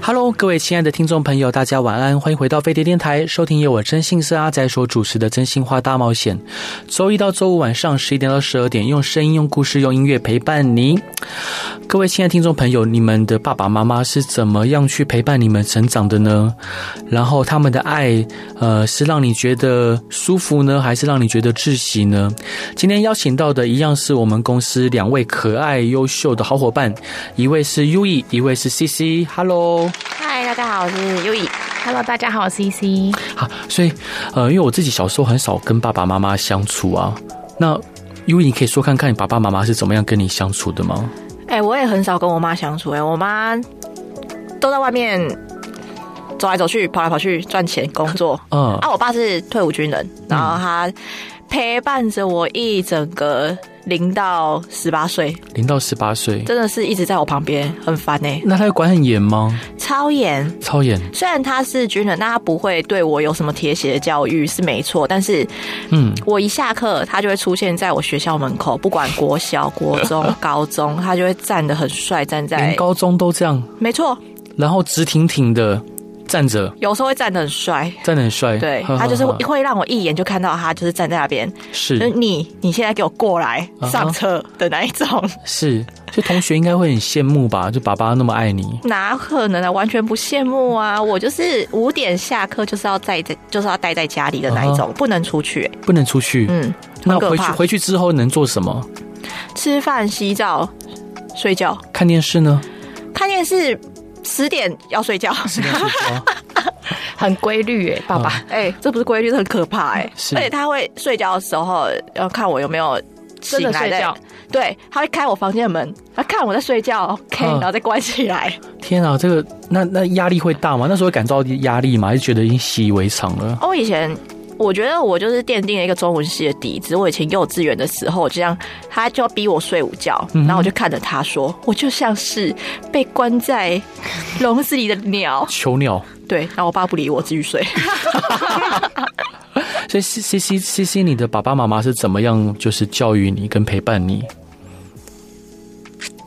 Hello，各位亲爱的听众朋友，大家晚安，欢迎回到飞碟电台，收听由我真心社阿仔所主持的《真心话大冒险》。周一到周五晚上十一点到十二点，用声音、用故事、用音乐陪伴你。各位亲爱的听众朋友，你们的爸爸妈妈是怎么样去陪伴你们成长的呢？然后他们的爱，呃，是让你觉得舒服呢，还是让你觉得窒息呢？今天邀请到的一样是我们公司两位可爱优秀的好伙伴，一位是 U E，一位是 C C。Hello。嗨，大家好，我是优以。Hello，大家好，我是 EC。好，所以呃，因为我自己小时候很少跟爸爸妈妈相处啊，那因为你可以说看看你爸爸妈妈是怎么样跟你相处的吗？哎、我也很少跟我妈相处、哎，我妈都在外面走来走去、跑来跑去赚钱、工作。嗯嗯 啊，我爸是退伍军人，然后他陪伴着我一整个零到十八岁，零到十八岁，真的是一直在我旁边，很烦哎、那他有管很严吗？超严。超严，虽然他是军人，但他不会对我有什么铁血的教育是没错，但是嗯，我一下课，他就会出现在我学校门口，不管国小、国中、 高中，他就会站得很帅，站连在高中都这样，没错，然后直挺挺的站着，有时候会站得很帅。站得很帅，对 呵呵呵他就是嗯会会让我一眼就看到他，就是站在那边，就是是你你现在给我过来啊哈上车的那一种， 是，所以同学应该会很羡慕吧？就爸爸那么爱你，哪可能啊？完全不羡慕啊！我就是五点下课就是要在在就是要待在家里的那一嗯种，不能出去、欸不能出去，嗯，那很可回去怕回去之后能做什么？吃饭、洗澡、睡觉、看电视 呢？看电视，十点要睡觉。是在睡觉很规律诶，爸爸。哎、这不是规律，这很可怕哎、嗯是而且他会睡觉的时候要看我有没有醒真的来睡觉，对，他会开我房间的门，他看我在睡觉，OK，、嗯然后再关起来。天啊，这个那那压力会大吗？那时候感到压力吗？还是觉得已经习以为常了？哦，我以前。我觉得我就是奠定了一个中文系的底子。我以前幼稚园的时候，这样他就要逼我睡午觉，嗯哼。然后我就看着他说，我就像是被关在笼子里的鸟囚鸟，对，然后我爸不理我，继续睡。所以 C C C C C，你的爸爸妈妈是怎么样就是教育你跟陪伴你，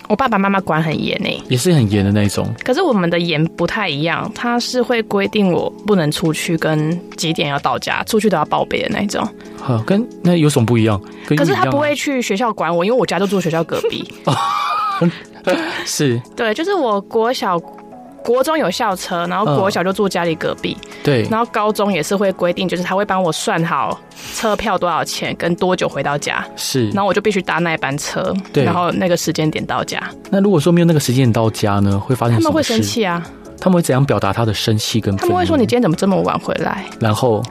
我爸爸妈妈管很严诶，也是很严的那种。可是我们的严不太一样，他是会规定我不能出去，跟几点要到家，出去都要报备的那种。好，跟那有什么不一样？跟可是你一他样啊不会去学校管我，因为我家就住学校隔 壁。是对，就是我国小。国中有校车，然后国小就住家里隔壁，嗯对然后高中也是会规定，就是他会帮我算好车票多少钱，跟多久回到家，是然。后我就必须搭那一班车，对然后那个时间点到家，那如果说没有那个时间你到家呢，会发生他什们么会事？生气啊，他们会怎样表达他的生气跟？他们会说你今，天怎么这么晚回来？然后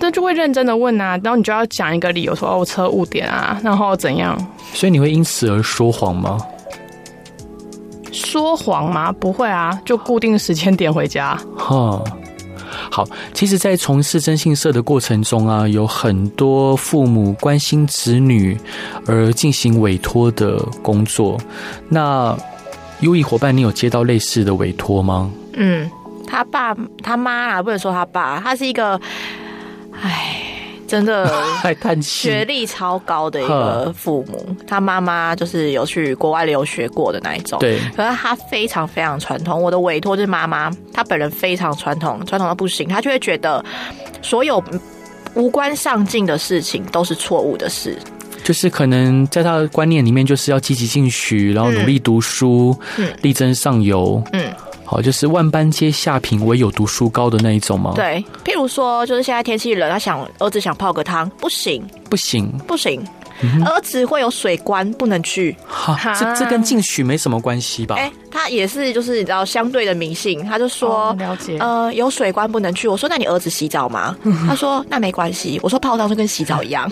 那就会认真的问啊，然后你就要讲一个理由说，哦，我车误点啊，然后怎样所以你会因此而说谎吗？说谎吗？不会啊，就固定时间点回家。哈，好，其实，在从事征信社的过程中啊，有很多父母关心子女而进行委托的工作。那优异伙伴，你有接到类似的委托吗？嗯，他爸他妈啊，不能说他爸，他是一个，唉，真的 太叹学气，历超高的一个父母，他妈妈就是有去国外留学过的那一种。。对，可是他非常非常传统，我的委托就是妈妈，她本人非常传统，传统到不行，她就会觉得所有无关上进的事情都是错误的事。就是可能在他的观念里面，就是要积极进取，然后努力读书，嗯力争上游。嗯，好，就是万般皆下品，唯有读书高的那一种吗？，对，譬如说，就是现在天气冷，他想儿子想泡个汤，不行不行，不行，嗯儿子会有水关，不能去。哈，哈这这跟进取没什么关系吧？哎、他也是就是你知道相对的迷信，他就说、哦了 解呃有水关不能去。我说那你儿子洗澡 吗？他说那没关系。我说泡汤就跟洗澡一样。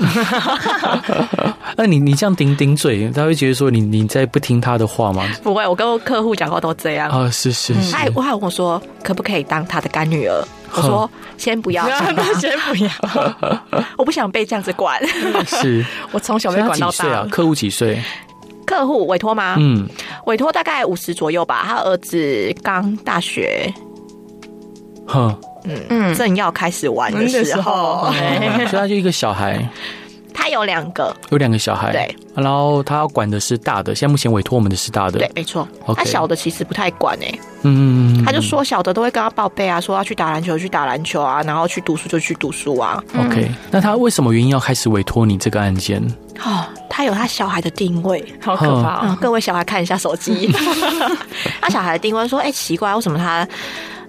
哎那你你这样顶顶嘴，他会觉得说你你在不听他的话吗？不会，我跟客户讲话都这哦样。啊，是是是他，还我还问我说可不可以当他的干女儿？我说先 不要，先不要先不要，我不想被这样子 管。 是。我从小被管他到几岁啊大？，客户几岁？客户委托吗？嗯，委托大概五十左右吧。他儿子刚大学， 哼，嗯，正要开始玩的嗯的时时候候，所以他就一个小孩，他有两个，有两个小孩，对，然后他要管的是大的，现在目前委托我们的是大的，对，没错。 OK 他小的其实不太管哎、嗯，嗯嗯嗯他就说小的都会跟他报备啊，说要去打篮球去打篮球啊，然后去读书就去读书啊。 OK，、那他为什么原因要开始委托你这个案件？哦，他有他小孩的定位。好可怕嗯啊、哦！各位小孩看一下 手机， 他小孩的定位说：“哎、奇怪，为什么他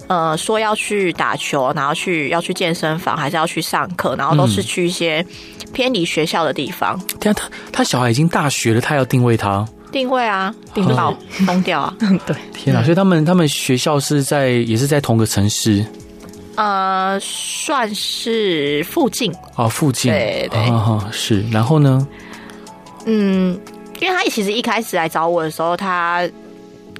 呃说要去打球，然后去要去健身房，还是要去上课，然后都嗯是去一些偏离学校的地方？天、啊，他他小孩已经大学了，他要定位他，定位啊，定位到疯掉啊！对，天啊！所以他们他们学校是在也是在同个城市呃，算是附近，啊、附近，对对啊哈是。然后呢？嗯，因为他其实一开始来找我的时候，他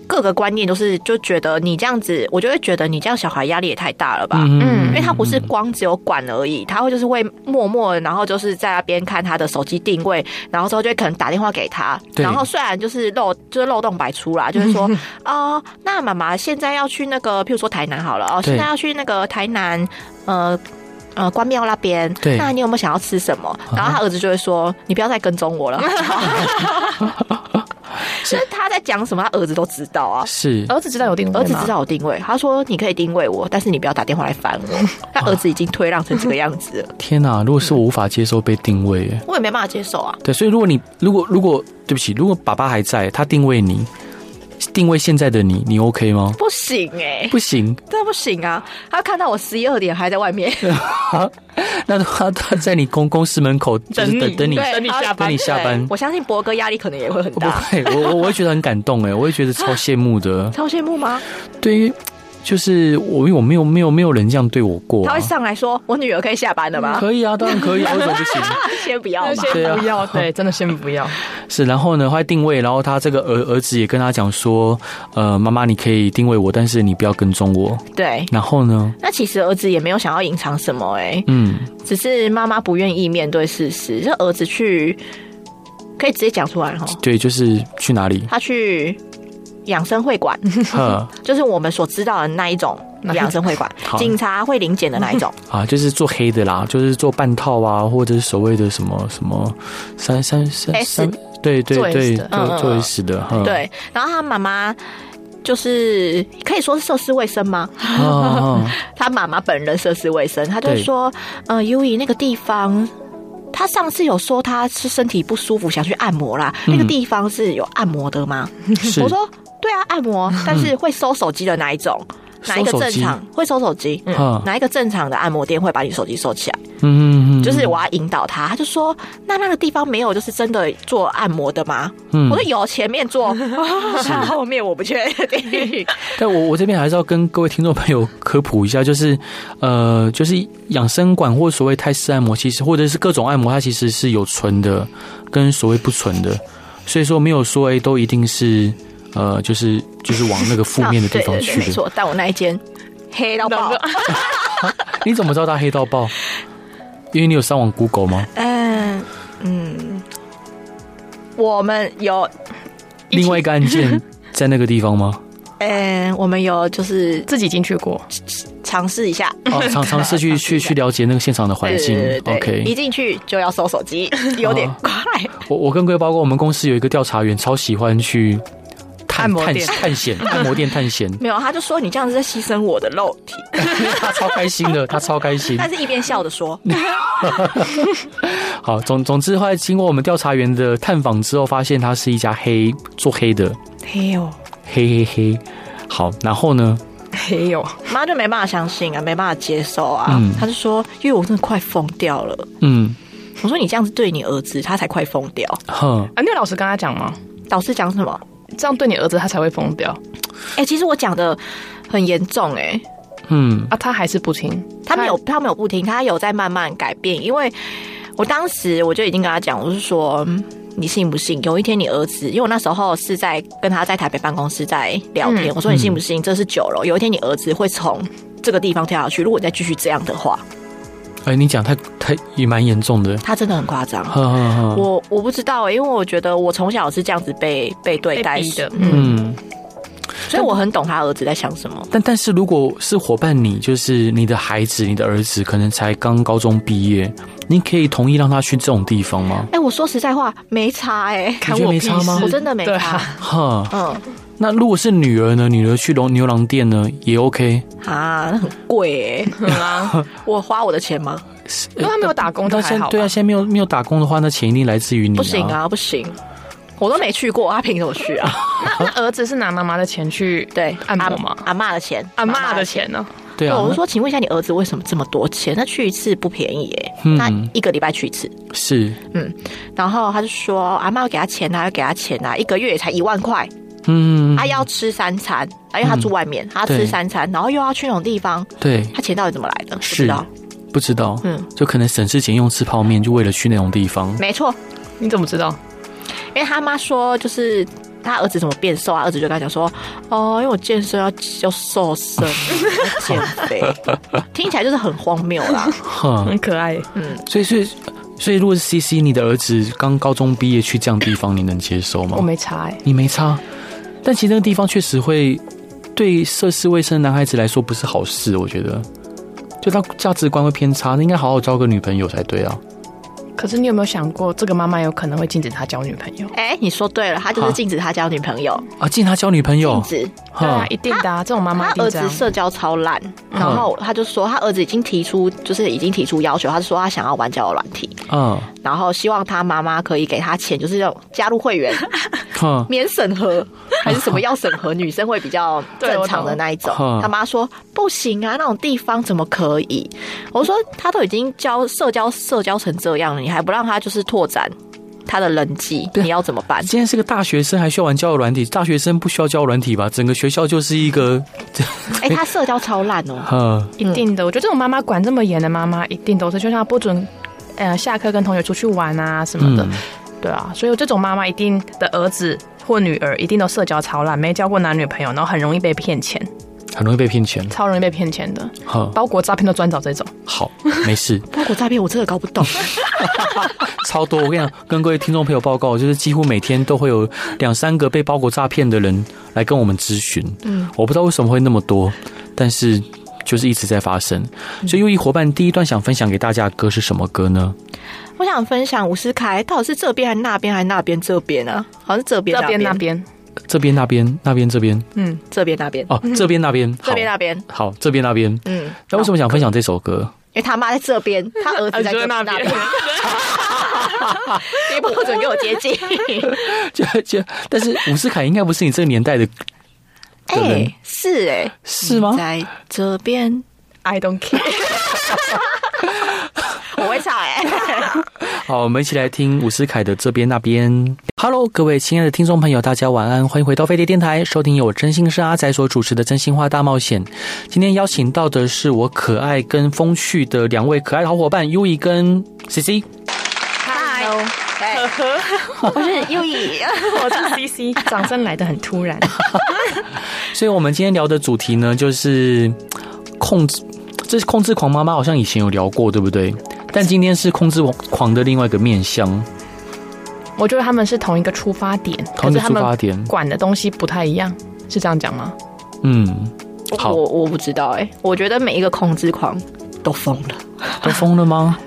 各个观念都是就觉得你这样子，我就会觉得你这样小孩压力也太大了吧。嗯因为他不是光只有管而已，他会就是会默默，然后就是在那边看他的手机定位，然后之后就会可能打电话给他，对然后虽然就是漏就是漏洞百 出啦，就是说哦，那妈妈现在要去那个，譬如说台南好了，哦，对现在要去那个台南，呃。呃，关庙那边，对那你有没有想要吃什么？啊然后他儿子就会说：“你不要再跟踪我了。”就是他在讲什么，他儿子都知道啊。是儿子知道有定位吗儿子知，道我定位，他说你可以定位我，但是你不要打电话来烦我。 他儿子已经退让成这个样子了，天哪、如果是我无法接受被定位，哎我也没办法接受啊。对，所以如果你如果如果对不起，如果爸爸还在，他定位你，定位现在的你，你 OK 吗？不行哎、不行，真的不行啊！他看到我十一二点还在外面，那他他在你公公司门口就是等等等你啊你对等你下班等你下班哦对，我相信博哥压力可能也会很不大，会，我我我会觉得很感动哎，我会觉得超羡慕的。超羡慕吗？对于就是我因为我没有没有没有人这样对我过、他啊会，上来说：“我女儿可以下班了吗可以啊，当然可以啊，为什么不行？？” 先不要那嘛。对啊先不要，对，真的先不要。 是，然后呢，他定位，然后他这个儿儿子也跟他讲说，呃，妈妈你可以定位我，但是你不要跟踪我。对，然后呢，那其实儿子也没有想要隐藏什么哎、嗯，只是妈妈不愿意面对事实，这儿子去可以直接讲出来哈。？对，就是去哪里 他去养生会馆，呵就是我们所知道的那一种养生会馆 好，警察会临检的那 一种。啊，就是做黑的啦，就是做半套啊，或者是所谓的什么什么三三三 S 三，对对做 S 对，的嗯做嗯做嗯 S 的，呵，对，然后他妈妈就是可以说是涉世未深吗？啊啊他妈妈本人涉世未深，他就对说，呃，优以那个地方。他上次有说他是身体不舒服，想去按摩啦。那个嗯地方是有按摩的吗？是 嗯我说对啊，按摩，但是会收手机的哪一种？哪一个收手正机常会收手机？嗯，嗯哪一个正常的按摩店会把你手机收起来？嗯嗯嗯，就是我要引导他，他就说：“那那个地方没有就是真的做按摩的吗？”嗯我说：“有，前面做， 后面我不确 定。但我我这边还是要跟各位听众朋友科普一下，就是呃，就是养生馆或所谓泰式按摩，其实或者是各种按摩，它其实是有纯的跟所谓不纯的，所以说没有说哎、都一定是呃，就是就是往那个负面的地 方啊对对去对没的。错，但我那一间黑到爆，你怎么知道它黑到 爆？因为你有上网 Google 吗？嗯嗯，我们有，另外一个案件在那个地方吗？嗯，我们有就是 自己进去过，尝试一下。 哦，尝尝试去去去了解那个现场的环境。对对对 OK，啊一进去就要收 手机，有点快。我我跟各位包括我们公司有一个调查员，超喜欢去探按摩探店探险、按摩店探险，没有，他就说你这样子在牺牲我的肉体，他超开心的，他超开心。但是一边笑着说，好，总总之，后来经过我们调查员的探访之后，发现他是一家黑做黑的，嘿呦，黑黑黑。好，然后呢？嘿呦，妈就没办法相信啊，没办法接受啊。嗯她就说，因为我真的快疯掉了。嗯，我说你这样子对你儿子，他才快疯掉。哼，啊，你有老师跟他讲吗？导师讲什么？这样对你儿子他才会疯掉哎、其实我讲的很严重哎、嗯，啊！他还是不听，他没有，他没有不听，他有在慢慢改变。因为我当时我就已经跟他讲，我是说，嗯你信不信？有一天你儿子，因为我那时候是在跟他在台北办公室在聊天，我说你信不信？这是九楼，有一天你儿子会从这个地方跳下去。如果你再继续这样的话，哎、你讲太太也蛮严重的，他真的很夸张。哦呵嗯呵呵，我我不知道、欸，因为我觉得我从小是这样子被被对被待逼的嗯，嗯。所以我很懂他儿子在想什么。但但是如果是伙伴你，就是你的孩子、你的儿子，可能才刚高中毕业，你可以同意让他去这种地方吗？哎、我说实在话，没差哎、看你觉得我没屁差吗事，我真的没欸对差。啊哈，嗯那如果是女儿呢？女儿去龙牛郎店呢也 OK，啊，那很贵哎、嗯啊， 我花我的钱吗？因为他没有打工，但他还现好吧。对啊，现在没有没有打工的话，那钱一定来自于你、不行！啊，不行，我都没去过，他凭什么去 啊？那那儿子是拿妈妈的钱去对，按摩吗？阿妈的钱，阿妈嬷的。钱哦呢？对对，啊，我那是说，请问一下，你儿子为什么这么多钱？他去一次不便宜耶、嗯那一个礼拜去一次，是，然后他就说阿妈要给他钱啊，要给他钱啊，一个月也才一万块，嗯，他要吃三餐，啊因为他住外面，他对吃三餐，然后又要去那种地方，对，他钱到底怎么来的？不是知道，不知道，嗯就可能省吃俭用吃泡面，就为了去那种地方，没错，你怎么知道？因为他妈说就是。他儿子怎么变瘦啊？儿子就跟他讲说：“哦，因为我健身要要瘦身，要减 肥。”听起来就是很荒谬啦。哼，很可爱，所以所以所以，如果是 CC，你的儿子刚高中毕业去这样地方，你能接受吗我？没查哎。你没差，但其实那个地方确实会对涉世未深的男孩子来说不是好事，我觉得，就他价值观会偏差，那应该好好交个女朋友才对啊。可是你有没有想过，这个妈妈有可能会禁止他交女朋友？哎、你说对了，他就是禁止他交女朋友，啊，禁他交女朋友禁，止对啊哈，，一定的啊，这种妈妈他一定儿这样子。社交超烂，嗯然后他就说他儿子已经提出，就是已经提出要求，他说他想要玩交友软体，嗯，然后希望他妈妈可以给他钱，就是那种加入会员哈，免审核，还是什么要审核，女生会比较正常的那一种 对我懂。他妈说不行啊，那种地方怎么可以？我说他都已经交社交社交成这样了，你还不让他就是拓展他的人际，对你要怎么 办？今天是个大学生，还需要玩交友软体？大学生不需要交友软体吧？整个学校就是一个，哎、他社交超烂哦。哈，一定的，我觉得这种妈妈管这么严的妈妈，一定都是就像她不准，呃，下课跟同学出去玩啊什么的，嗯对啊，所以这种妈妈一定的儿子或女儿一定都社交超烂，没交过男女朋友，然后很容易被骗钱，很容易被骗钱。超容易被骗钱的，哈，包裹诈骗都专找这种，好，没事， 包裹诈骗我真的搞不懂，超多。我跟你讲，跟各位听众朋友报告，就是几乎每天都会有两三个被包裹诈骗的人来跟我们咨询。嗯，我不知道为什么会那么多，但是就是一直在发生。所以，优异伙伴第一段想分享给大家的歌是什么歌呢？我想分享伍思凯到底是这边还是那边还是那边这边啊？好像是这边这边那那边边，这边、那边、那边、这边嗯，这边那边哦，这边、那边，这边好那边，好，这边那边。嗯，那为什么想分享这首歌？因为他妈在这边， 他儿啊子在这那边， 你不准给我接近。 就就，但是伍思凯应该不是你这个年代的，哎、的人是哎、是吗？在这 边， I don't care，我会唱哎、好，我们一起来听伍思凯的这边那边。Hello，各位亲爱的听众朋友，大家晚安，欢迎回到飞碟电台，收听由我真心是阿仔所主持的《真心话大冒险》。今天邀请到的是我可爱跟风趣的两位可爱的好伙伴优怡跟 C C。嗨， 我是优以，我是 C C，掌 声来的很突然，所以我们今天聊的主题呢，就是控制，这是控制狂妈妈好像以前有聊过，对不对？但今天是控制狂的另外一个面向，我觉得他们是同一个出发点，同一个可是他出发们点。管的东西不太一样，是这样讲吗？嗯，好我我不知道哎、我觉得每一个控制狂都疯了。都疯了 吗？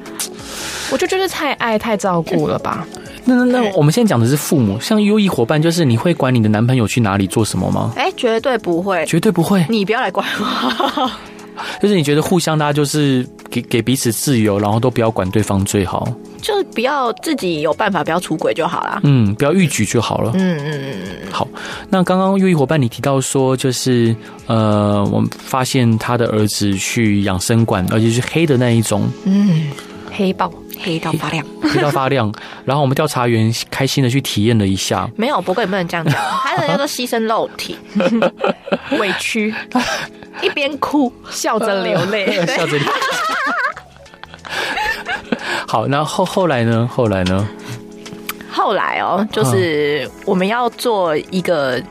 我就觉得太爱太照顾了吧，那那那，我们现在讲的是父母，像优异伙伴，就是你会管你的男朋友去哪里做什么吗？哎、绝对不会，绝对不会，你不要来管我。 就是你觉得互相大家就是给给彼此自由，然后都不要管对方最好，就不要自己有办法，不要出轨就好啦。嗯，不要逾矩就好了。嗯嗯好，那刚刚优异伙伴你提到说，就是呃，我们发现他的儿子去养生馆，而且是黑的那一种嗯， 黑豹黑到发亮。黑到发亮。然后我们调查员开心的去体验了一 下，没有，不过也不能这样讲，还有人叫做牺牲肉体，委屈，一边哭， 笑着流泪。笑着。好，那后后来呢？后来呢？后来哦，就是我们要做一个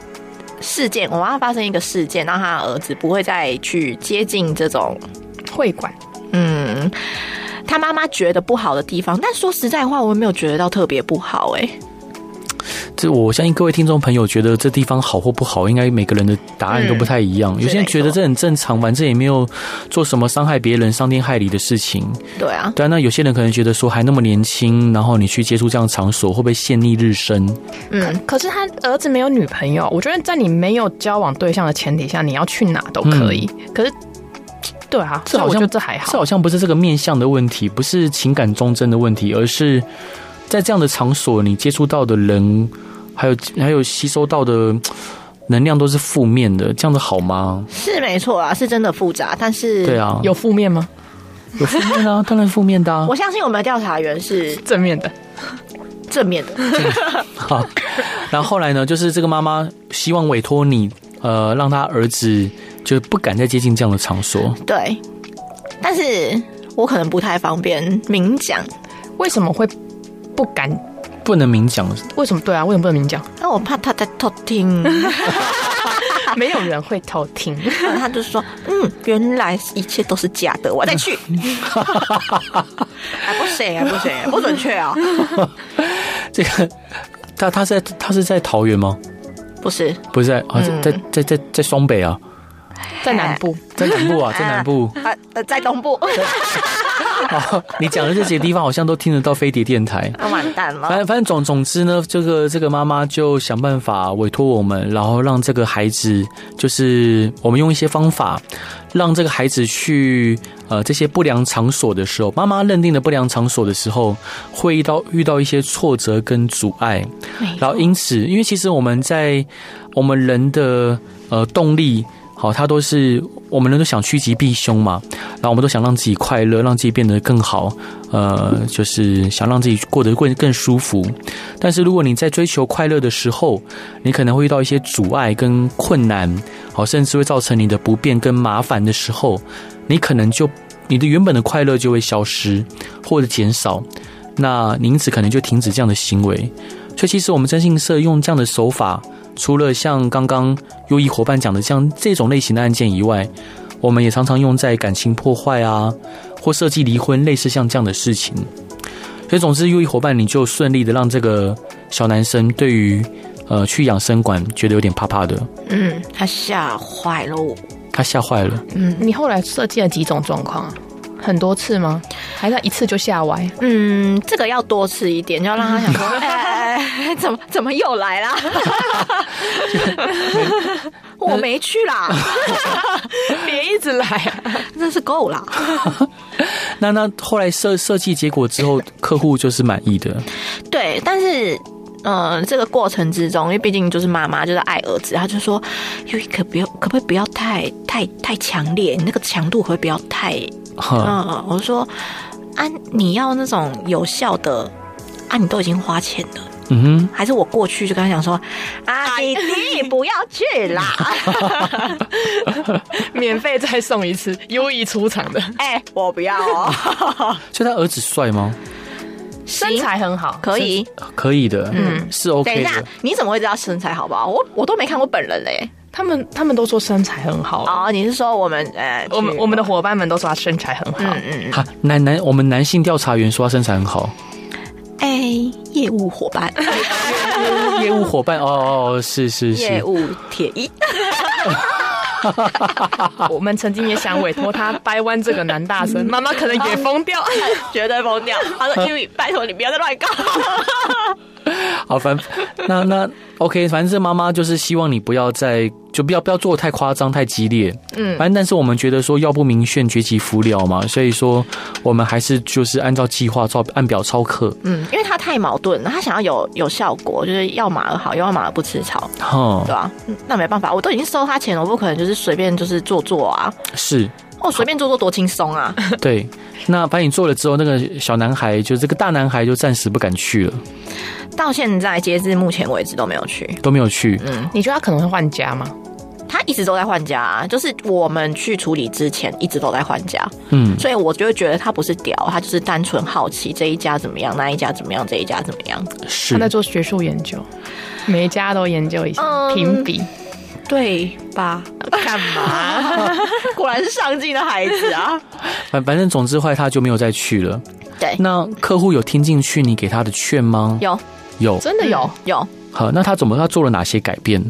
事件，我们要发生一个事件，让他儿子不会再去接近这种， 会馆嗯，他妈妈觉得不好的地方。但说实在话，我也没有觉得到特别不好、诶。哎，这我相信各位听众朋友觉得这地方好或不好，应该每个人的答案都不太一样。嗯有些人觉得这很正常，反正也没有做什么伤害别人、伤天害理的事情。对啊，对啊，那有些人可能觉得说还那么年轻，然后你去接触这样的场所，会不会陷溺日深？嗯，可是他儿子没有女朋友，我觉得在你没有交往对象的前提下，你要去哪都可以。可是，对啊，嗯这所以好我像觉得这还这好好。像不是这个面向的问题，不是情感忠贞的问题，而是在这样的场所，你接触到的人，还有还有吸收到的能量都是负面的，这样的好吗？是没错啊，是真的复杂，但是对，啊，嗯有负面吗？有负面 啊，当然负面的啊我。相信我们的调查员是正面的，正面的，好，然后后来呢，就是这个妈妈希望委托你，呃，让她儿子就不敢再接近这样的场所。对，但是我可能不太方便明讲，为什么会不敢？不能明讲，为什么对啊？为什么不能明讲？那我怕他在偷 听。 没有人会偷听。然后他就说：“嗯，原来一切都是假的，我再 去。还不行，哎还不行，不准确 啊、这个他他是在他是在桃园吗？不是，不是在啊，在在在在双北啊， 在南部，在南部啊，在南 部。呃呃，在东部，好， 你讲的这些地方好像都听得到飞碟电台。那 完蛋反了。正反正总总之呢，这个这个妈妈就想办法委托我们，然后让这个孩子，就是我们用一些方法，让这个孩子去呃这些不良场所的时候，妈妈认定的不良场所的时候，会遇到遇到一些挫折跟阻碍，然后因此，因为其实我们在我们人的呃动力。好，它都是我们人都想趋吉避凶嘛，然后我们都想让自己快乐，让自己变得更好，呃，就是想让自己过得更更舒服。但是如果你在追求快乐的时候，你可能会遇到一些阻碍跟困难，好，甚至会造成你的不便跟麻烦的时候，你可能就你的原本的快乐就会消失或者减少，那你因此可能就停止这样的行为。所以，其实我们征信社用这样的手法，除了像刚刚优异伙伴讲的像这种类型的案件以外，我们也常常用在感情破坏啊，或设计离婚，类似像这样的事情。所以，总之，优异伙伴你就顺利的让这个小男生对于呃去养生馆觉得有点怕怕的，嗯，他吓坏了我。他吓坏了。嗯你后来设计了几种状况啊？很多次吗？还是一次就吓歪？嗯，这个要多吃一点，要让他想说，哎哎 哎哎，怎么怎么又来 啦？我没去 啦，别一直来、啊 真是够啦。那那后来设设计结果之后，客户就是满意的，对，但是。嗯，这个过程之中，因为毕竟就是妈妈就是爱儿子，她就说，因为可不要，可不可以不要太太太强烈？你那个强度会不要太……哈，嗯，我说啊，你要那种有效的啊，你都已经花钱了，嗯还是我过去就跟他讲说，啊，弟弟不要去 啦，免费再送一 次，优异出场的，哎、我不要 哦，哼，所以他儿子帅吗？身材很好，可以。可以的，嗯，嗯是等 OK 一下的。，你怎么会知道身材好不好？我我都没看过本人嘞。他们他们都说身材很好啊，哦，你是说我们呃，我们去我们的伙伴们都说他身材很嗯好，哈，男男，我们男性调查员说他身材很好，哎、业务伙伴，业务伙伴，哦哦哦，是是业是，务铁一，我们曾经也想委托他掰弯这个男大生，妈妈可能也疯掉。 绝对疯掉。嗯他说：“因为拜托你不要再乱搞。好，反 那那 OK，反正这妈妈就是希望你不要再就不要不要做得太夸张、太激烈，嗯，反正但是我们觉得说药不明炫，绝其敷疗嘛，所以说我们还是就是按照计划照按表操课，” 嗯，因为他太矛盾了，他想要有有效果，就是要马儿好，要马儿不吃草，哈对，吧、嗯那没办法，我都已经收他钱了，我不可能就是随便就是做做啊。是哦，随便做做多轻松啊！对，那把你做了之后，那个小男孩就这个大男孩就暂时不敢去了，到现在截至目前为止都没有去。都没有去。 你觉得他可能会换家吗？他一直都在换家、啊，就是我们去处理之前一直都在换家，嗯，所以我就会觉得他不是屌，他就是单纯好奇这一家怎么样，那一家怎么样，这一家怎么样。是他在做学术研究，每一家都研究一下，嗯评比对吧？干嘛？ 果然是上进的孩子啊！反反正总之后来他就没有再去了。对，那客户有听进去你给他的劝吗？ 有嗯有。真的有，有，好，那他怎么他做了哪些改变？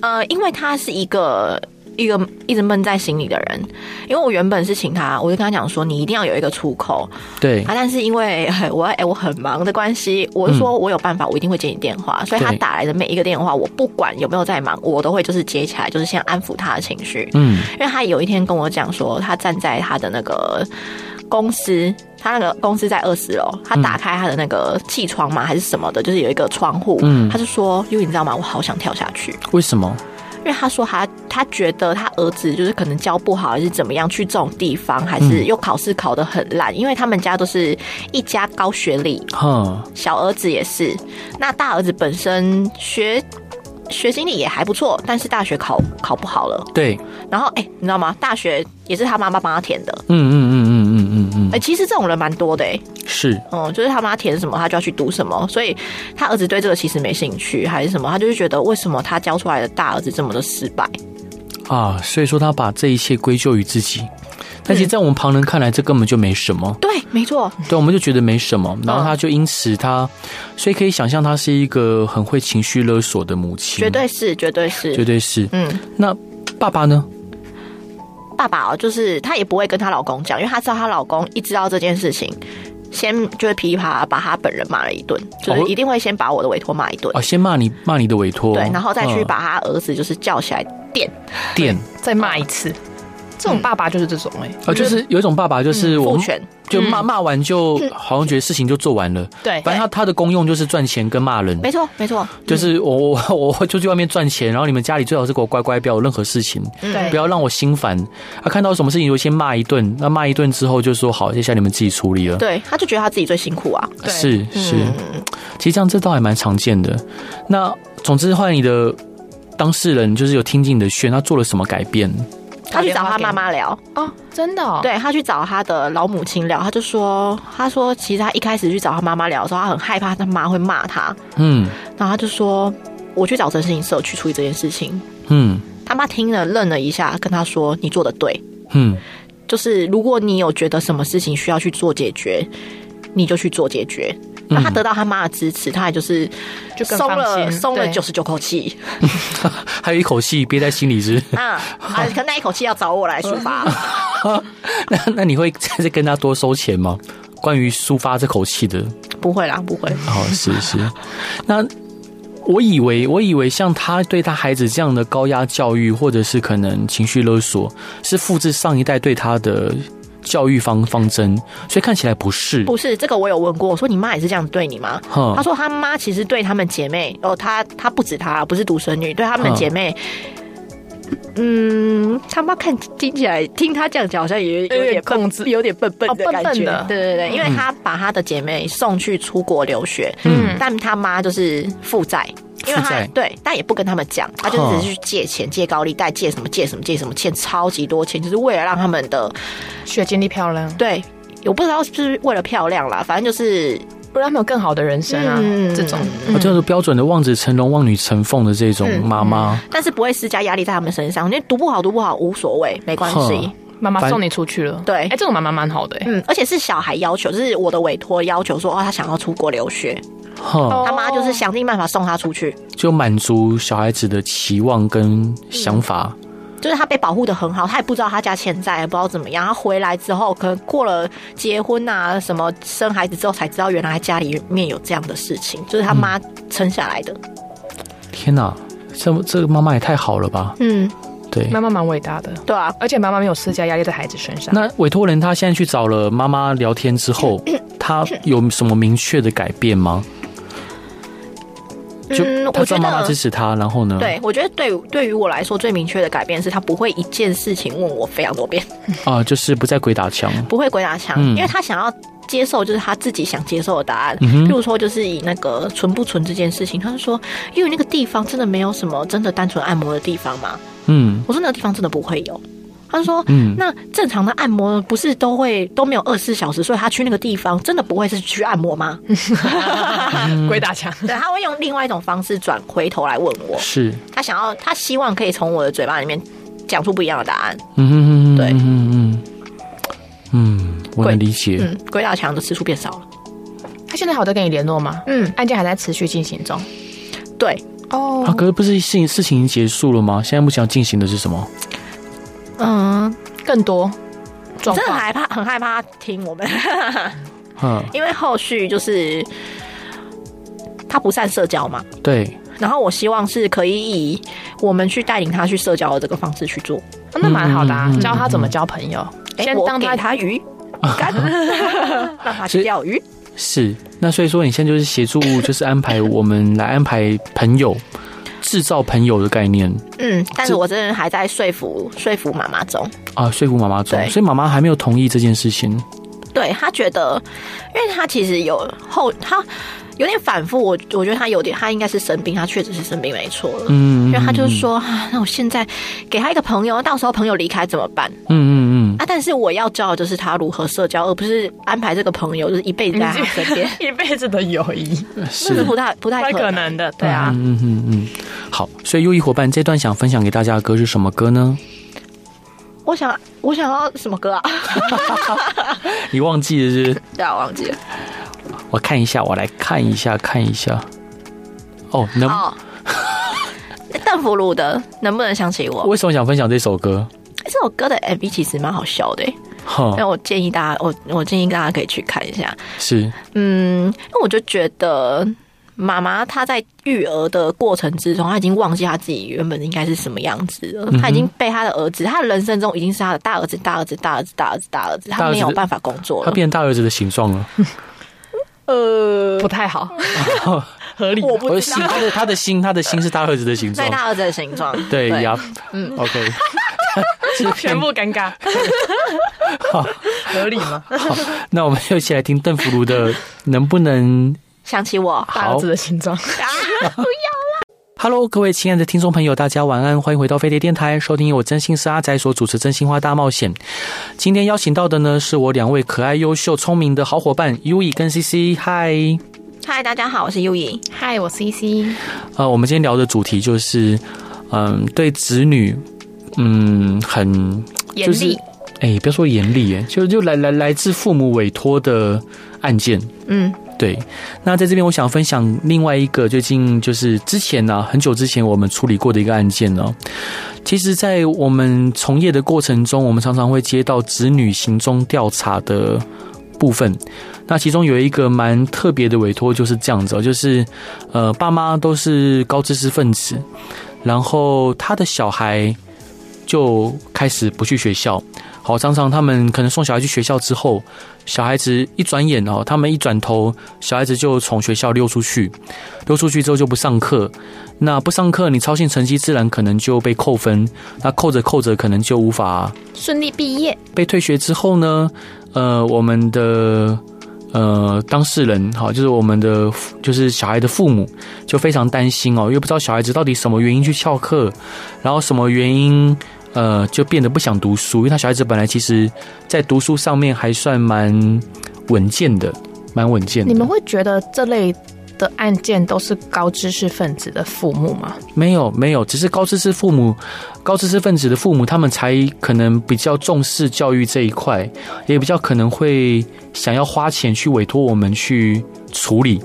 呃，因为他是一个一个一直闷在心里的人，因为我原本是请他，我就跟他讲说，你一定要有一个出口对啊，，但是因为 呃我哎、我很忙的关系，我就说我有办法，我一定会接你电话，所以他嗯对打来的每一个电话，我不管有没有在忙，我都会就是接起来，就是先安抚他的情绪，嗯，因为他有一天跟我讲说，他站在他的那个。公司，他那个公司在二十楼，他打开他的那个气窗嘛，还是什么的，就是有一个窗户，嗯他就说，因为你知道吗，我好想跳下去，为什么？因为他说他他觉得他儿子就是可能教不好，还是怎么样，去这种地方，还是又考试考得很烂，因为他们家都是一家高学历，哈，小儿子也是，那大儿子本身学。学经历也还不错，但是大学考考不好了。对，然后哎、你知道吗？大学也是他妈妈帮他填的。嗯嗯嗯嗯嗯嗯哎、其实这种人蛮多的哎、嗯，是，嗯，就是他妈填什么，他就要去读什么，所以他儿子对这个其实没兴趣，还是什么，他就是觉得为什么他教出来的大儿子这么的失败？啊，所以说他把这一切归咎于自己。但其实，在我们旁人看来，这根本就没什么，对，没错，对，我们就觉得没什么。嗯然后他就因此他，所以可以想象，他是一个很会情绪勒索的母亲，绝对是，绝对绝是。对是。嗯，那爸爸呢？爸爸哦，就是她也不会跟她老公讲，因为她知道她老公一知道这件事情，先就会噼里啪啦把她本人骂了一顿，就是哦一定会先把我的委托骂一顿，哦，先骂你骂你的委托，对，然后再去嗯把她儿子就是叫起来嗯电。电再骂一次。这种爸爸就是这种哎、啊，就是有一种爸爸，就是我嗯父们权，嗯就骂骂完就好像觉得事情就做完了，哎对反正他他的功用就是赚钱跟骂人，没错，没错，就是嗯我我我我就去外面赚钱，然后你们家里最好是给我乖乖，不要有任何事情，嗯对不要让我心烦。啊，看到什么事情就先骂一顿，那骂一顿之后就说好，接下来你们自己处理了。对，她就觉得她自己最辛苦啊。嗯对嗯是是，其实这样这倒还蛮常见的。那总之，后来你的当事人就是有听进你的劝，他做了什么改变？她去找她妈妈聊，哦，真的、哦，对她去找她的老母亲聊，她就说，她说其实她一开始去找她妈妈聊的时候，她很害怕她妈会骂她，嗯然后她就说，我去找真心社去处理这件事情，嗯他妈听了愣了一下，跟他说：“你做的对，嗯， 就是如果你有觉得什么事情需要去做解决，你就去做解决。”那他得到他妈的支持，他也就是就更松了放心，松了对九十九口 气。还有一口气憋在心里是 啊！啊，可那一口气要找我来抒发。 那那你会再跟他多收钱吗？关于抒发这口气的，不会啦，不会。哦，是是。那我以为，我以为像他对他孩子这样的高压教育，或者是可能情绪勒索，是复制上一代对他的教育方方针，所以看起来不是。不是这个，我有问过，我说你妈也是这样对你吗？哼她说她妈其实对她们姐妹，哦，她她不止她，不是独生女，对她们嗯姐妹。嗯，他妈看听起来听她这样讲，好像也有有有点点哎控笨制，有点笨笨哦的笨感觉。笨的对对对，因为她把她的姐妹送去出国留学，嗯但她妈就是负债。因为负她债对，但也不跟他们讲，她就哼只是去借钱、借高利贷、借什么、借什么、借什么，欠超级多钱，就是为了让他们的学经历漂亮，对，我不知道是不是为了漂亮啦，反正就是不然他们有更好的人生啊。嗯这种我哦就是标准的望子成龙、望女成凤的这种妈妈，但是不会施加压力在他们身上。你读不好，读不好无所谓，没关系哼。妈妈反送你出去了，对哎、这种妈妈蛮好的、哎嗯，而且是小孩要求，就是我的委托要求说，哦，他想要出国留学，哼，他妈就是想尽办法送他出去，就满足小孩子的期望跟想法。就是他被保护的很好，他也不知道他家欠债，也不知道怎么样。他回来之后，可能过了结婚啊，什么生孩子之后，才知道原来家里面有这样的事情，就是他妈嗯撑下来的。天哪，这这个妈妈也太好了吧？嗯，对。妈妈蛮伟大的，对啊，而且妈妈没有施加压力在孩子身上。那委托人他现在去找了妈妈聊天之后，他有什么明确的改变吗？就嗯他我知道觉妈妈得支持他，然后呢？对，我觉得对于对于我来说最明确的改变是，他不会一件事情问我非常多遍，啊、就是不再鬼打墙。不会鬼打墙，嗯因为他想要接受就是他自己想接受的答案。嗯哼譬如说，就是以那个纯不纯这件事情，他就说，因为那个地方真的没有什么真的单纯按摩的地方嘛，嗯我说那个地方真的不会有。他就说，嗯那正常的按摩不是都会都没有二十四小时，所以他去那个地方真的不会是去按 摩吗？鬼打墙。对，他会用另外一种方式转回头来问我，是，他想要他希望可以从我的嘴巴里面讲出不一样的答案。嗯哼哼哼，对嗯嗯嗯，我能理解。嗯，鬼打墙的次数变少了。他现在还有在跟你联络吗？嗯，案件还在持续进行中。对，哦啊，可是不是事情事情已经结束了吗？现在目前要进行的是什么？嗯，更多状真的很况。害怕，很害怕听我们， 嗯，因为后续就是他不善社交嘛。对，然后我希望是可以以我们去带领他去社交的这个方式去做。啊那蛮好的啊嗯嗯嗯，嗯教他怎么交朋友，诶先我当给他他 鱼，干让他去钓鱼。是。那所以说，你现在就是协助，就是安排我们来安排朋友，制造朋友的概念嗯，但是这我真的还在说服说服妈妈中，啊，说服妈妈中。对所以妈妈还没有同意这件事情。对他觉得，因为他其实有后他有点反复，我我觉得他有点他应该是生病，他确实是生病没错了。嗯，因为他就说啊，那我现在给他一个朋友，到时候朋友离开怎么办嗯，嗯嗯啊？但是我要教的就是他如何社交，而不是安排这个朋友就是一辈子在他身边，一辈子的友谊，嗯，是 这嗯 是不太不不太太可可能。能的。对啊，嗯嗯嗯嗯，好。所以优异伙伴这段想分享给大家的歌是什么歌呢？我想我想要什么歌啊？你忘记了是不是？ 对啊，忘记了。我看一下，我来看一下，看一下。哦，能、哦，嗯 邓福如的《能不能想起我》哎为什么想分享这首歌？这首歌的 MV 其实蛮好笑的，欸哈但，我建议大家，我我建议大家可以去看一下。是，嗯，因为我就觉得妈妈她在育儿的过程之中，她已经忘记她自己原本应该是什么样子嗯了。她已经被她的儿子，她的人生中已经是她的大儿子、大儿子、大儿子、大儿子、大儿子，大她儿子没有办法工作他了。变大儿子的形状了。呃不，太好，嗯 合理。我我不的知心，道哦他的他的心，他的心是大儿子的形状在。大儿子的形状。对呀，嗯，OK，全部尴 尬，合理吗？好，那我们就一起来听邓福如的《 能不能想 起我，大好儿子》。的形状。 Hello，各位亲爱的听众朋友，大家晚安，欢迎回到飞碟电台，收听由我真心是阿仔所主持《真心话大冒险》。今天邀请到的呢，是我两位可爱、优秀、聪明的好伙伴 U E 跟 C C。嗨，嗨，大家好，我是优颖。嗨，我是 E C，呃，我们今天聊的主题就是，嗯，对子女，嗯，很严就是厉，哎，不要说严厉，哎，就就来来来自父母委托的案件。嗯对，那在这边我想分享另外一个最近就是之前呢、很久之前我们处理过的一个案件呢、其实，在我们从业的过程中，我们常常会接到子女行踪调查的部分。那其中有一个蛮特别的委托就是这样子、哦，就是呃，爸妈都是高知识分子，然后他的小孩就开始不去学校。好，常常他们可能送小孩去学校之后，小孩子一转眼哦，他们一转头，小孩子就从学校溜出去，溜出去之后就不上课。那不上课，你操性成绩自然可能就被扣分。那扣着扣着，可能就无法顺利毕业，被退学之后呢，呃，我们的呃当事人哈，就是我们的父就是小孩的父母就非常担心哦，因为不知道小孩子到底什么原因去翘课，然后什么原因呃就变得不想读书，因为他小孩子本来其实在读书上面还算蛮稳健的，蛮稳健的。你们会觉得这类的案件都是高知识分子的父母吗？没有没有，只是高知识父母、高知识分子的父母，他们才可能比较重视教育这一块，也比较可能会想要花钱去委托我们去处理。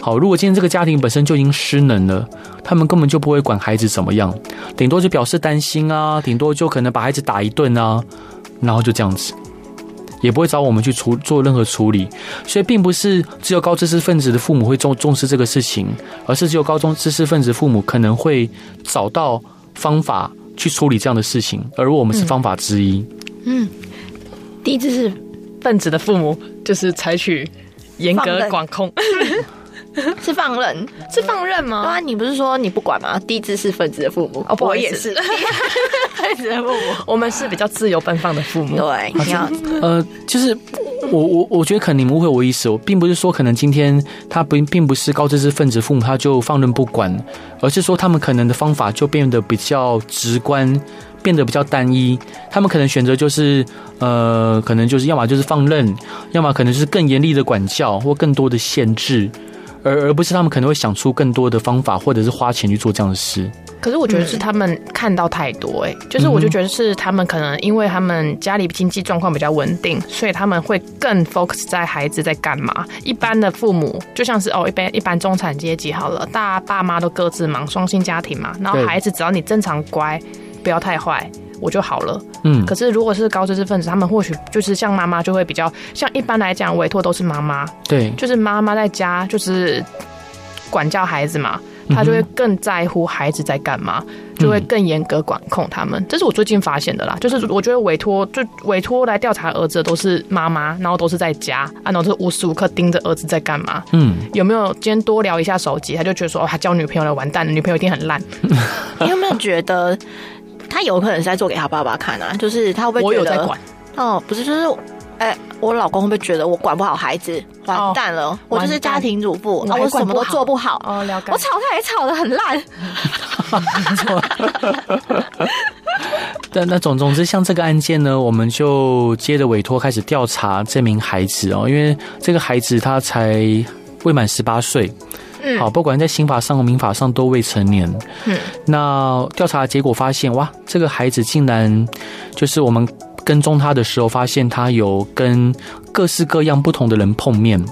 好，如果今天这个家庭本身就已经失能了，他们根本就不会管孩子怎么样，顶多就表示担心啊，顶多就可能把孩子打一顿啊，然后就这样子，也不会找我们去处做任何处理。所以，并不是只有高知识分子的父母会重重视这个事情，而是只有高中知识分子父母可能会找到方法去处理这样的事情，而我们是方法之一。嗯，第一次是分子的父母就是采取严格管控，是放任。 是放任对吗？啊，你不是说你不管吗？低知识分子的父母，哦不好我意也思是 低知识分子的父母。 我们是比较自由奔放的父母，对，你要呃，就是我我我觉得可能你们误会我意思，我并不是说可能今天他不并不是高知识分子父母他就放任不管，而是说他们可能的方法就变得比较直观，变得比较单一。他们可能选择就是呃，可能就是要么就是放任，要么可能就是更严厉的管教或更多的限制。而而不是他们可能会想出更多的方法，或者是花钱去做这样的事。可是我嗯觉得是他们看到太多、欸，哎、就是我就觉得是他们可能因为他们家里经济状况比较稳定，所以他们会更 focus 在孩子在干嘛。一般的父母就像是哦，一般一般中产阶级好了，大家爸妈都各自忙，双薪家庭嘛，然后对孩子只要你正常乖，不要太坏。我就好了。嗯，可是如果是高知识分子，他们或许就是像妈妈，就会比较像一般来讲，委托都是妈妈，对，就是妈妈在家就是管教孩子嘛，嗯她就会更在乎孩子在干嘛，就会更严格管控他们。这是我最近发现的啦，就是我觉得委托就委托来调查儿子的都是妈妈，然后都是在家，啊，然后就是无时无刻盯着儿子在干嘛。嗯，有没有今天多聊一下手机？他就觉得说，哦，他交女朋友了，完蛋了，女朋友一定很烂。 你有没有觉得他有可能是在做给他爸爸看啊？就是他会不我会有觉在得管，哦，不是，就是哎、我老公会不会觉得我管不好孩子，完蛋了，我就是哦完蛋家庭主妇，我啊还我管什么不都好做不好，哦了解我炒菜也炒的很烂，但那总总之，像这个案件呢，我们就接着委托开始调查这名孩子哦，因为这个孩子他才未满十八岁，嗯好，不管在刑法上或民法上都未成年。嗯，那调查结果发现，哇，这个孩子竟然就是我们跟踪他的时候，发现他有跟各式各样不同的人碰面。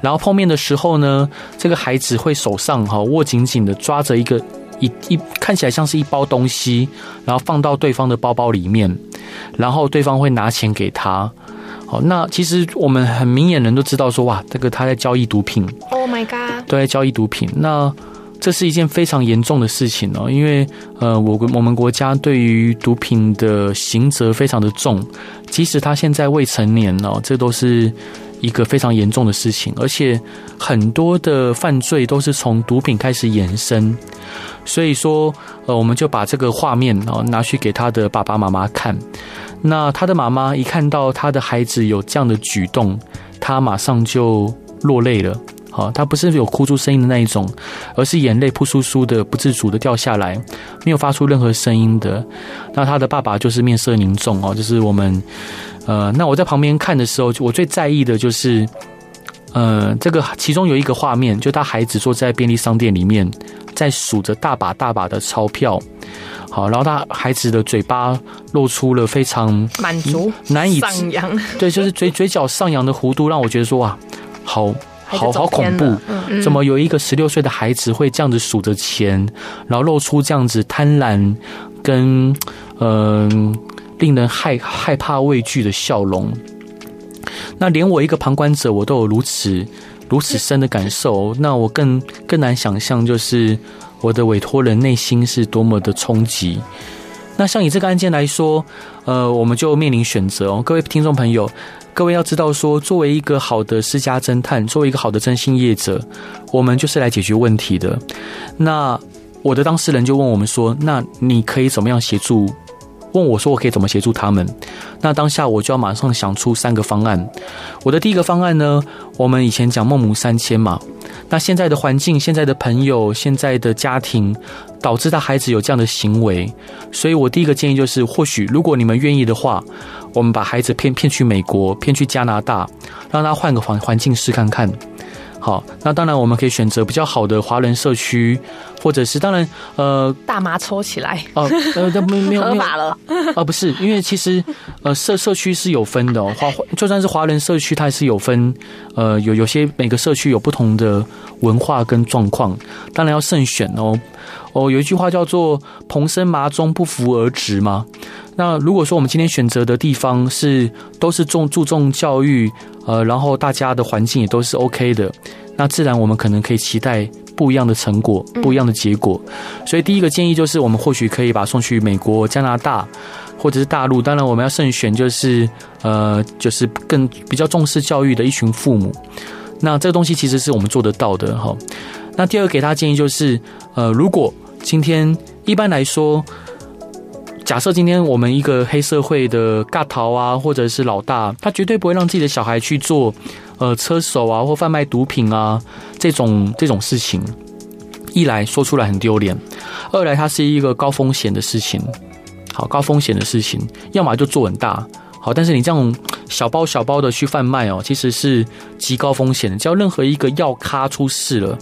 然后碰面的时候呢，这个孩子会手上哈、握紧紧的抓着一个一一看起来像是一包东西，然后放到对方的包包里面，然后对方会拿钱给他。好，那其实我们很明眼人都知道说，哇，这个他在交易毒品， Oh my god！都在交易毒品。那这是一件非常严重的事情哦，因为呃，我国我们国家对于毒品的刑责非常的重，即使他现在未成年哦，这都是一个非常严重的事情，而且很多的犯罪都是从毒品开始延伸。所以说，呃，我们就把这个画面哦拿去给他的爸爸妈妈看。那他的妈妈一看到他的孩子有这样的举动，他马上就落泪了。好，他不是有哭出声音的那一种，而是眼泪扑簌簌的、不自主的掉下来，没有发出任何声音的。那他的爸爸就是面色凝重哦，就是我们，呃，那我在旁边看的时候，我最在意的就是，呃，这个其中有一个画面，就他孩子坐在便利商店里面，在数着大把大把的钞票。好，然后他孩子的嘴巴露出了非常满足、难以置上扬，对，就是嘴嘴角上扬的弧度，让我觉得说哇，好还好是好走恐偏怖了。。嗯，怎么有一个十六岁的孩子会这样子数着钱，然后露出这样子贪婪跟嗯、令人害害怕畏惧的笑容？那连我一个旁观者，我都有如此如此深的感受，哦那我更更难想象，就是我的委托人内心是多么的冲击。那像以这个案件来说，呃，我们就面临选择哦，各位听众朋友，各位要知道说，作为一个好的私家侦探，作为一个好的征信业者，我们就是来解决问题的。那我的当事人就问我们说，那你可以怎么样协助？问我说我可以怎么协助他们？那当下我就要马上想出三个方案。我的第一个方案呢，我们以前讲孟母三迁嘛，那现在的环境、现在的朋友、现在的家庭，导致他孩子有这样的行为，所以我第一个建议就是，或许如果你们愿意的话，我们把孩子骗骗去美国，骗去加拿大，让他换个环环境试看看。好，那当然我们可以选择比较好的华人社区，或者是当然，呃，大麻抽起来， 哦，呃，但没没有合没有法了，啊，不是，因为其实呃社社区是有分的、哦，华就算是华人社区，它也是有分，呃有有些每个社区有不同的文化跟状况，当然要慎选哦。哦，有一句话叫做“蓬生麻中，不服而直”嘛。那如果说我们今天选择的地方是都是重注重教育，呃，然后大家的环境也都是 OK 的，那自然我们可能可以期待不一样的成果，不一样的结果。所以第一个建议就是，我们或许可以把他送去美国、加拿大，或者是大陆。当然，我们要慎选，就是呃，就是更比较重视教育的一群父母。那这个东西其实是我们做得到的哈。那第二个给他建议就是，呃，如果今天一般来说，假设今天我们一个黑社会的尬逃啊，或者是老大，他绝对不会让自己的小孩去做呃车手啊或贩卖毒品啊这种这种事情。一来说出来很丢脸，二来它是一个高风险的事情。好，高风险的事情，要么就做很大。好，但是你这样小包小包的去贩卖哦，其实是极高风险的。只要任何一个药咖出事了，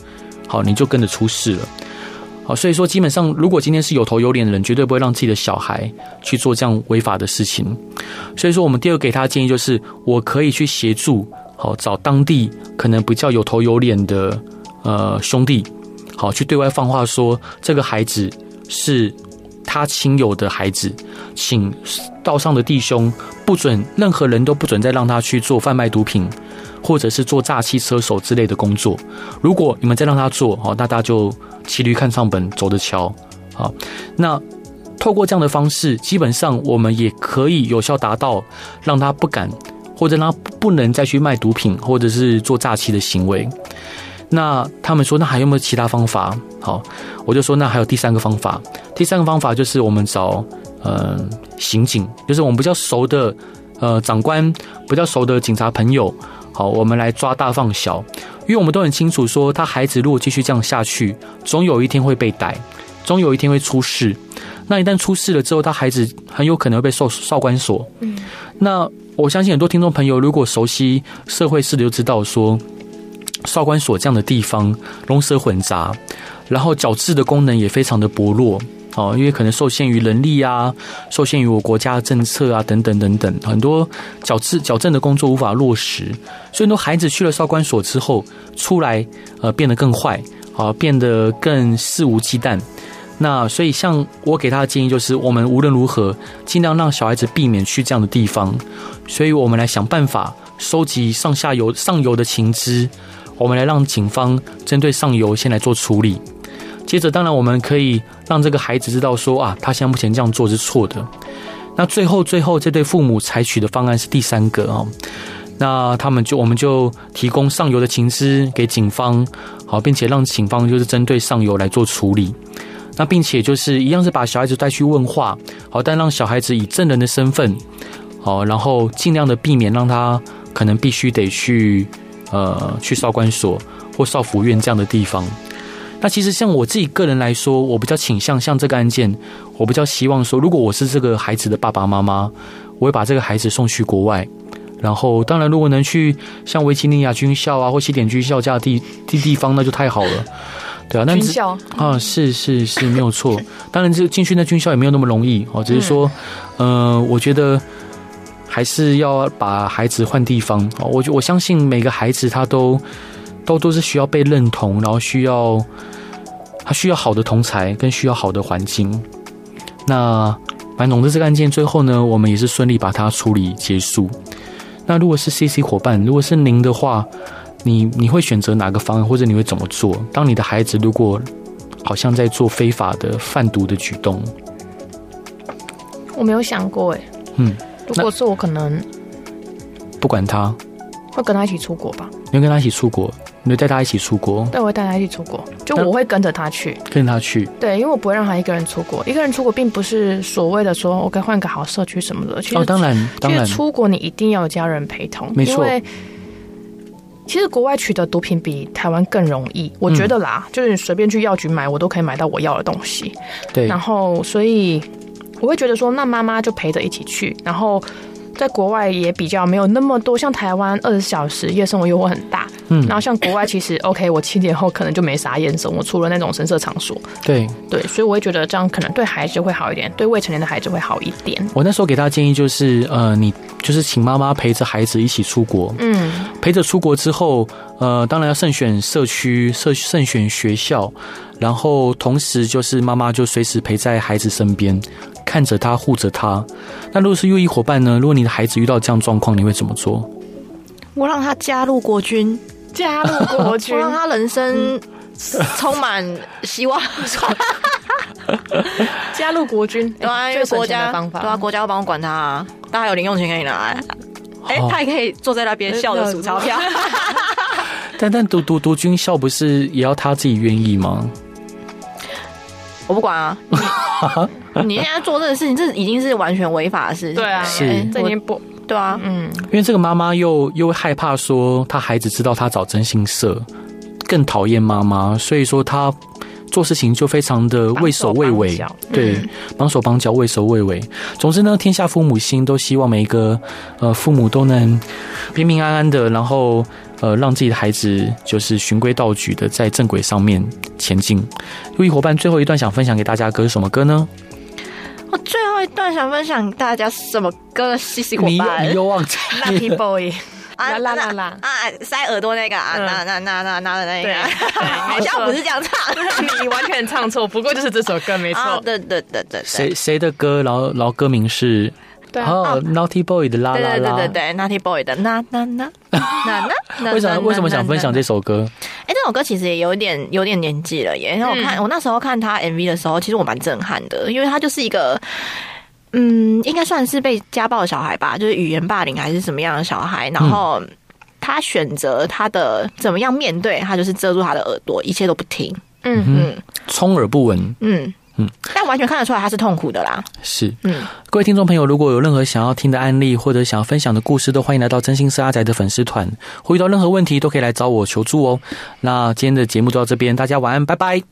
好，你就跟着出事了。好，所以说基本上，如果今天是有头有脸的人，绝对不会让自己的小孩去做这样违法的事情。所以说，我们第二个给他的建议就是，我可以去协助，好找当地可能比较有头有脸的呃兄弟，好去对外放话说，这个孩子是他亲友的孩子，请道上的弟兄不准任何人都不准再让他去做贩卖毒品，或者是做诈欺车手之类的工作。如果你们再让他做，好，那大家就骑驴看上本，走着瞧。好，那透过这样的方式，基本上我们也可以有效达到让他不敢，或者让他不能再去卖毒品，或者是做诈欺的行为。那他们说，那还有没有其他方法？好，我就说，那还有第三个方法。第三个方法就是我们找呃刑警，就是我们比较熟的呃长官、比较熟的警察朋友，好，我们来抓大放小，因为我们都很清楚说，他孩子如果继续这样下去，总有一天会被逮，总有一天会出事。那一旦出事了之后，他孩子很有可能会被受少管所。嗯，那我相信很多听众朋友如果熟悉社会事的，就知道说，少管所这样的地方龙蛇混杂，然后矫治的功能也非常的薄弱。哦，因为可能受限于人力啊，受限于我国家的政策啊，等等等等，很多矫治矫正的工作无法落实，所以很多孩子去了少管所之后出来，呃，变得更坏，啊、变得更肆无忌惮。那所以，像我给他的建议就是，我们无论如何尽量让小孩子避免去这样的地方，所以我们来想办法收集上下游上游的情资，我们来让警方针对上游先来做处理。接着，当然我们可以让这个孩子知道说啊，他现在目前这样做是错的。那最后，最后这对父母采取的方案是第三个哦。那他们就我们就提供上游的情资给警方，好，并且让警方就是针对上游来做处理。那并且就是一样是把小孩子带去问话，好，但让小孩子以证人的身份，好，然后尽量的避免让他可能必须得去呃去少管所或少府院这样的地方。那其实像我自己个人来说，我比较倾向像这个案件，我比较希望说，如果我是这个孩子的爸爸妈妈，我会把这个孩子送去国外。然后，当然，如果能去像维吉尼亚军校啊，或西点军校这样的地地地方，那就太好了，对啊。那军只校啊，是是是，没有错。当然，这进去那军校也没有那么容易哦，只是说，呃，我觉得还是要把孩子换地方哦。我觉我相信每个孩子他都都都是需要被认同，然后需要他需要好的同才，跟需要好的环境。那反正总之这个案件最后呢，我们也是顺利把它处理结束。那如果是 CC 伙伴，如果是您的话，你你会选择哪个方案，或者你会怎么做？当你的孩子如果好像在做非法的贩毒的举动。我没有想过哎。嗯，如果是我，可能不管他，会跟他一起出国吧。你会跟他一起出国，你会带他一起出国，对，我会带他一起出国，就那我会跟着他去。跟着他去。对，因为我不会让他一个人出国。一个人出国，并不是所谓的说我该换个好社区什么的。其实哦，当然，当其然实，出国你一定要有家人陪同，没错因为其实国外取得毒品比台湾更容易，我觉得啦，嗯就是你随便去药局买，我都可以买到我要的东西。对然后，所以我会觉得说，那妈妈就陪着一起去，然后。在国外也比较没有那么多，像台湾二十小时夜生活诱惑很大，嗯然后像国外其实 OK，我七点后可能就没啥夜生活，除了那种深色场所，对。对，所以我会觉得这样可能对孩子会好一点，对未成年的孩子会好一点，我那时候给他建议就是，呃，你就是请妈妈陪着孩子一起出国，嗯，陪着出国之后，呃，当然要慎选社区、慎慎选学校，然后同时就是妈妈就随时陪在孩子身边，看着他，护着他。那如果是右翼伙伴呢？如果你的孩子遇到这样状况，你会怎么做？我让他加入国军，加入国军嗯我让他人生 充满希 望， 加入国军，对啊，哎因为最省国钱的家方法，哦对啊，国家会帮我管他啊，他还有零用钱可以拿啊。哎、好 他也可以坐在那边笑着数钞票，但但读读读军校不是也要他自己愿意吗？我不管啊，你你现在做这个事情，这已经是完全违法的事情。对啊，是哎这已经不，我对啊，嗯，因 为这个妈妈又又害怕说她孩子知道她找真心社，更讨厌妈妈，所以说她做事情就非常的畏首畏尾绑手绑，脚对，绑手绑脚，畏首畏尾。总之呢，天下父母心都希望每一个呃父母都能平平安安的，然后呃让自己的孩子就是循规蹈矩的在正轨上面前进。陆毅伙伴最后一段想分享给大家的歌是什么歌呢？我最后一段想分享大家什么歌？西西伙你又伴你又忘 记 Lucky Boy，啊啦啦那啦啦啊，塞耳朵那个啊，嗯那那那那那的那对，个，好好像不是这样唱。你完全唱错，不过就是这首歌没啊，错，对对对对对。谁谁的歌？然后然后歌名是对啊，哦，Naughty Boy 的啦对啦对对啦对。对，Naughty Boy 的那那那那那，为啥为什么想分享这首？首歌？哎，这首歌其实也有点有点年纪了耶。因为我看我那时候看他 MV 的时候，其实我蛮震撼的，因为他就是一个。嗯，应该算是被家暴的小孩吧，就是语言霸凌还是什么样的小孩，然后他选择他的怎么样面对，他就是遮住他的耳朵，一切都不听。嗯，嗯，充耳不闻嗯嗯嗯，但完全看得出来他是痛苦的啦。是。嗯，各位听众朋友，如果有任何想要听的案例或者想要分享的故事，都欢迎来到真心是阿宅的粉丝团，或遇到任何问题都可以来找我求助哦。那今天的节目就到这边，大家晚安，拜拜。